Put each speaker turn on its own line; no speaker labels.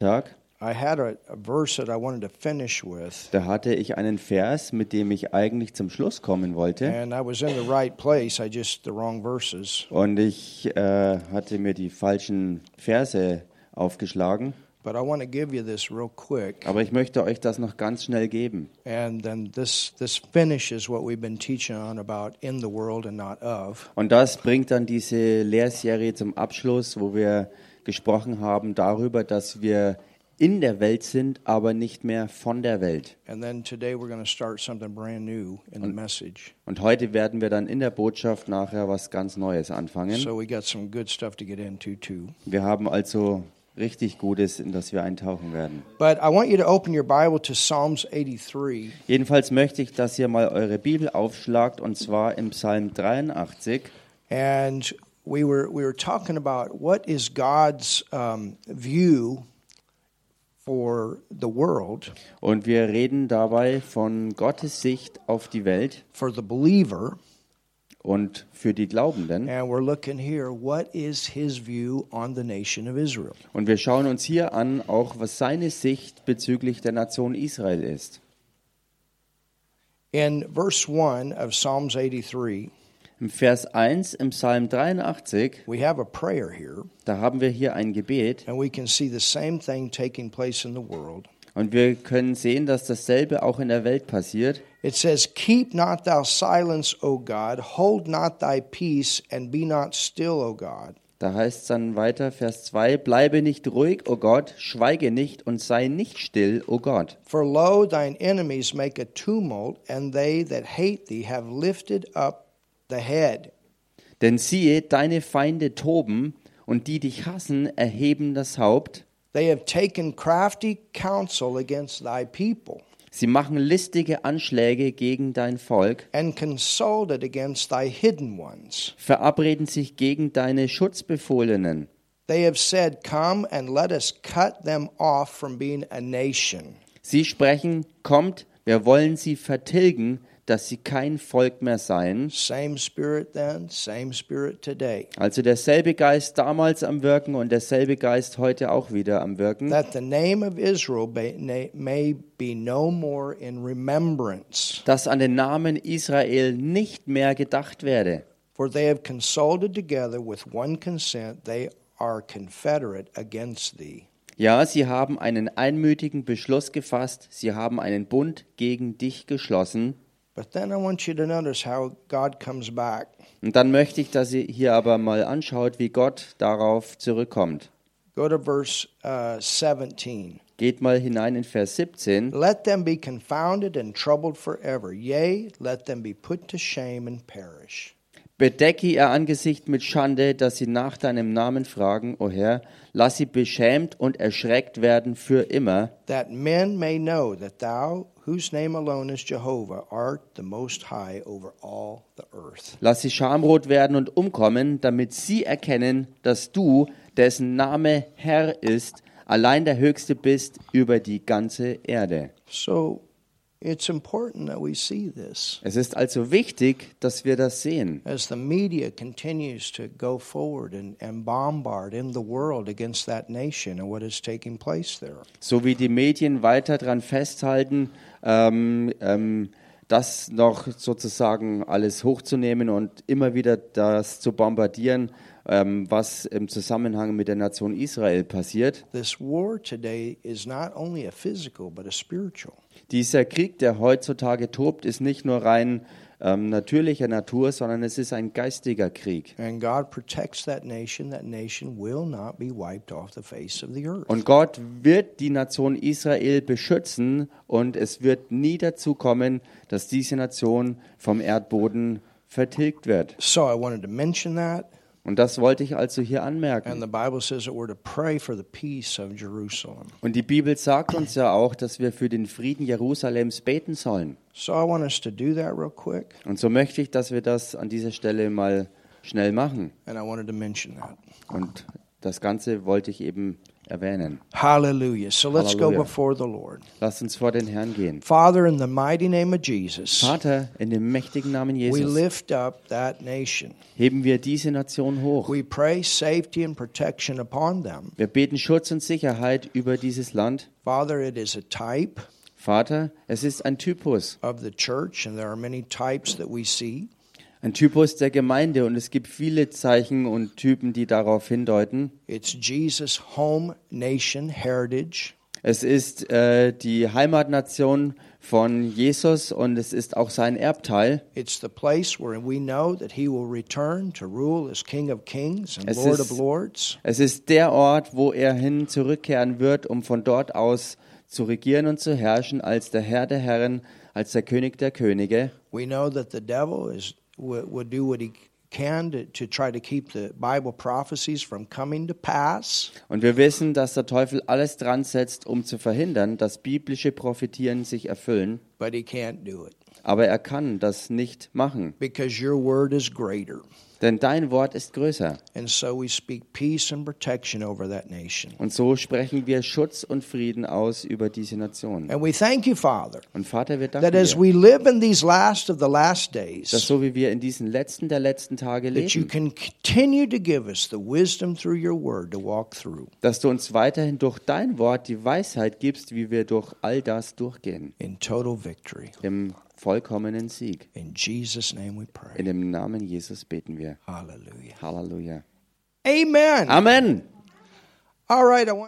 Tag,
I had a, a verse that I wanted to finish with,
da hatte ich einen Vers, mit dem ich eigentlich zum Schluss kommen wollte.
and I was in the right place. I just the wrong verses.
Und ich äh, hatte mir die falschen Verse aufgeschlagen.
But I want to give you this real quick,
Aber ich möchte euch das noch ganz schnell geben.
and then this this finishes what we've been teaching on about in the world and not of.
Und das bringt dann diese Lehrserie zum Abschluss, wo wir gesprochen haben darüber, dass wir in der Welt sind, aber nicht mehr von der Welt.
And then today we're going to start something brand new in the message.
Und heute werden wir dann in der Botschaft nachher was ganz Neues anfangen.
So we got some good stuff to get into too.
Wir haben also richtig Gutes, in das wir eintauchen werden.
But I want you to open your Bible to Psalms 83.
Jedenfalls möchte ich, dass ihr mal eure Bibel aufschlagt und zwar im Psalm 83.
and we were we were talking about what is God's um, view for the world,
Und wir reden dabei von Gottes Sicht auf die Welt
for the believer,
und für die Glaubenden.
and we're looking here. What is His view on the nation of Israel?
Und wir schauen uns hier an, auch was seine Sicht bezüglich der Nation Israel ist.
In verse one of Psalms 83,
Im Vers 1 im Psalm 83,
we have a prayer here,
da haben wir hier ein Gebet
and we can see the same thing taking place in the world.
und wir können sehen, dass dasselbe auch in der Welt passiert.
It says, Keep not thou silence, O God, hold not thy peace, and be not still, O God.
Da heißt es dann weiter, Vers 2, Bleibe nicht ruhig, o Gott, schweige nicht und sei nicht still, o Gott.
For lo, thine enemies make a tumult, and they that hate thee have lifted up the head.
Denn siehe, deine Feinde toben und die dich hassen, erheben das Haupt.
They have taken crafty counsel against thy people,
Sie machen listige Anschläge gegen dein Volk,
and consulted against thy hidden ones.
verabreden sich gegen deine Schutzbefohlenen.
They have said, Come and let us cut them off from being a nation.
Sie sprechen, kommt, wir wollen sie vertilgen, dass sie kein Volk mehr seien.
Same spirit then, same spirit today.
Also derselbe Geist damals am Wirken und derselbe Geist heute auch wieder am Wirken,
That the name of Israel be- na- may be no more in remembrance.
dass an den Namen Israel nicht mehr gedacht werde.
For they have consulted together with one consent, they are confederate against thee.
Ja, sie haben einen einmütigen Beschluss gefasst, sie haben einen Bund gegen dich geschlossen.
But then I want you to notice how God comes back.
Und dann möchte ich, dass ihr hier aber mal anschaut, wie Gott darauf zurückkommt.
Go to verse uh, 17.
Geht mal hinein in Vers 17.
Let them be confounded and troubled forever. Yea, let them be put to shame and perish.
Bedecke ihr Angesicht mit Schande, dass sie nach deinem Namen fragen, o Herr, lass sie beschämt und erschreckt werden für immer,
That men may know that thou, whose name alone is Jehovah, art the most high over all the earth.
lass sie schamrot werden und umkommen, damit sie erkennen, dass du, dessen Name Herr ist, allein der Höchste bist über die ganze Erde.
So it's important that we see this.
Es ist also wichtig, dass wir das sehen.
as the media continues to go forward and, and bombard in the world against that nation and what is taking place there.
so wie die Medien weiter daran festhalten, ähm, ähm, das noch sozusagen alles hochzunehmen und immer wieder das zu bombardieren, ähm, was im Zusammenhang mit der Nation Israel passiert.
This war today is not only a physical but a spiritual.
Dieser Krieg, der heutzutage tobt, ist nicht nur rein ähm, natürlicher Natur, sondern es ist ein geistiger Krieg.
And God protects that nation. That nation will not be wiped off the face of the earth.
Und Gott wird die Nation Israel beschützen und es wird nie dazu kommen, dass diese Nation vom Erdboden vertilgt wird.
So I wanted to mention that.
Und das wollte ich also hier
And
anmerken.
the Bible says that we're to pray for the peace of Jerusalem.
Und die Bibel sagt uns ja auch, dass wir für den Frieden Jerusalems beten sollen.
So I want us to do that real quick.
Und so möchte ich, dass wir das an dieser Stelle mal schnell machen.
And I wanted to mention that.
Und das Ganze wollte ich eben erwähnen.
Hallelujah. So let's go
Hallelujah.
before the Lord.
Lasst uns vor den Herrn gehen.
Father, in the mighty name of Jesus,
Vater, in dem mächtigen Namen
we
Jesus
lift up that nation.
heben wir diese Nation hoch.
We pray safety and protection upon them.
Wir beten Schutz und Sicherheit über dieses Land.
Father, it is a type
Vater, es ist ein Typus,
of the church, and there are many types that we see.
ein Typus der Gemeinde und es gibt viele Zeichen und Typen, die darauf hindeuten.
It's Jesus' home nation heritage.
Es ist äh, die Heimatnation von Jesus und es ist auch sein Erbteil.
It's the place where we know that he will return to rule as King of Kings and
Es
Lord
ist-
of Lords.
Es ist der Ort, wo er hin zurückkehren wird, um von dort aus zu regieren und zu herrschen als der Herr der Herren, als der König der Könige.
We know that the devil is will, will do what he can to, to try to keep the Bible prophecies from coming to pass.
Und wir wissen, dass der Teufel alles dran setzt, um zu verhindern, dass biblische Prophetien sich erfüllen.
but he can't do it
Aber er kann das nicht machen,
because your word is greater.
denn dein Wort ist größer.
And so we speak peace and protection over that nation.
Und so sprechen wir Schutz und Frieden aus über diese Nation.
And we thank you, Father,
Und Vater, wir danken
that as
dir,
we live in these last of the last
dass
days,
so wie wir in diesen letzten der letzten Tage
that you
leben,
can continue to give us the wisdom through your word to walk through.
dass du uns weiterhin durch dein Wort die Weisheit gibst, wie wir durch all das durchgehen.
In total victory.
Im vollkommenen Sieg.
In Jesus' name we pray.
In dem Namen Jesus beten wir.
Hallelujah.
Halleluja.
Amen.
Amen.
All right, I want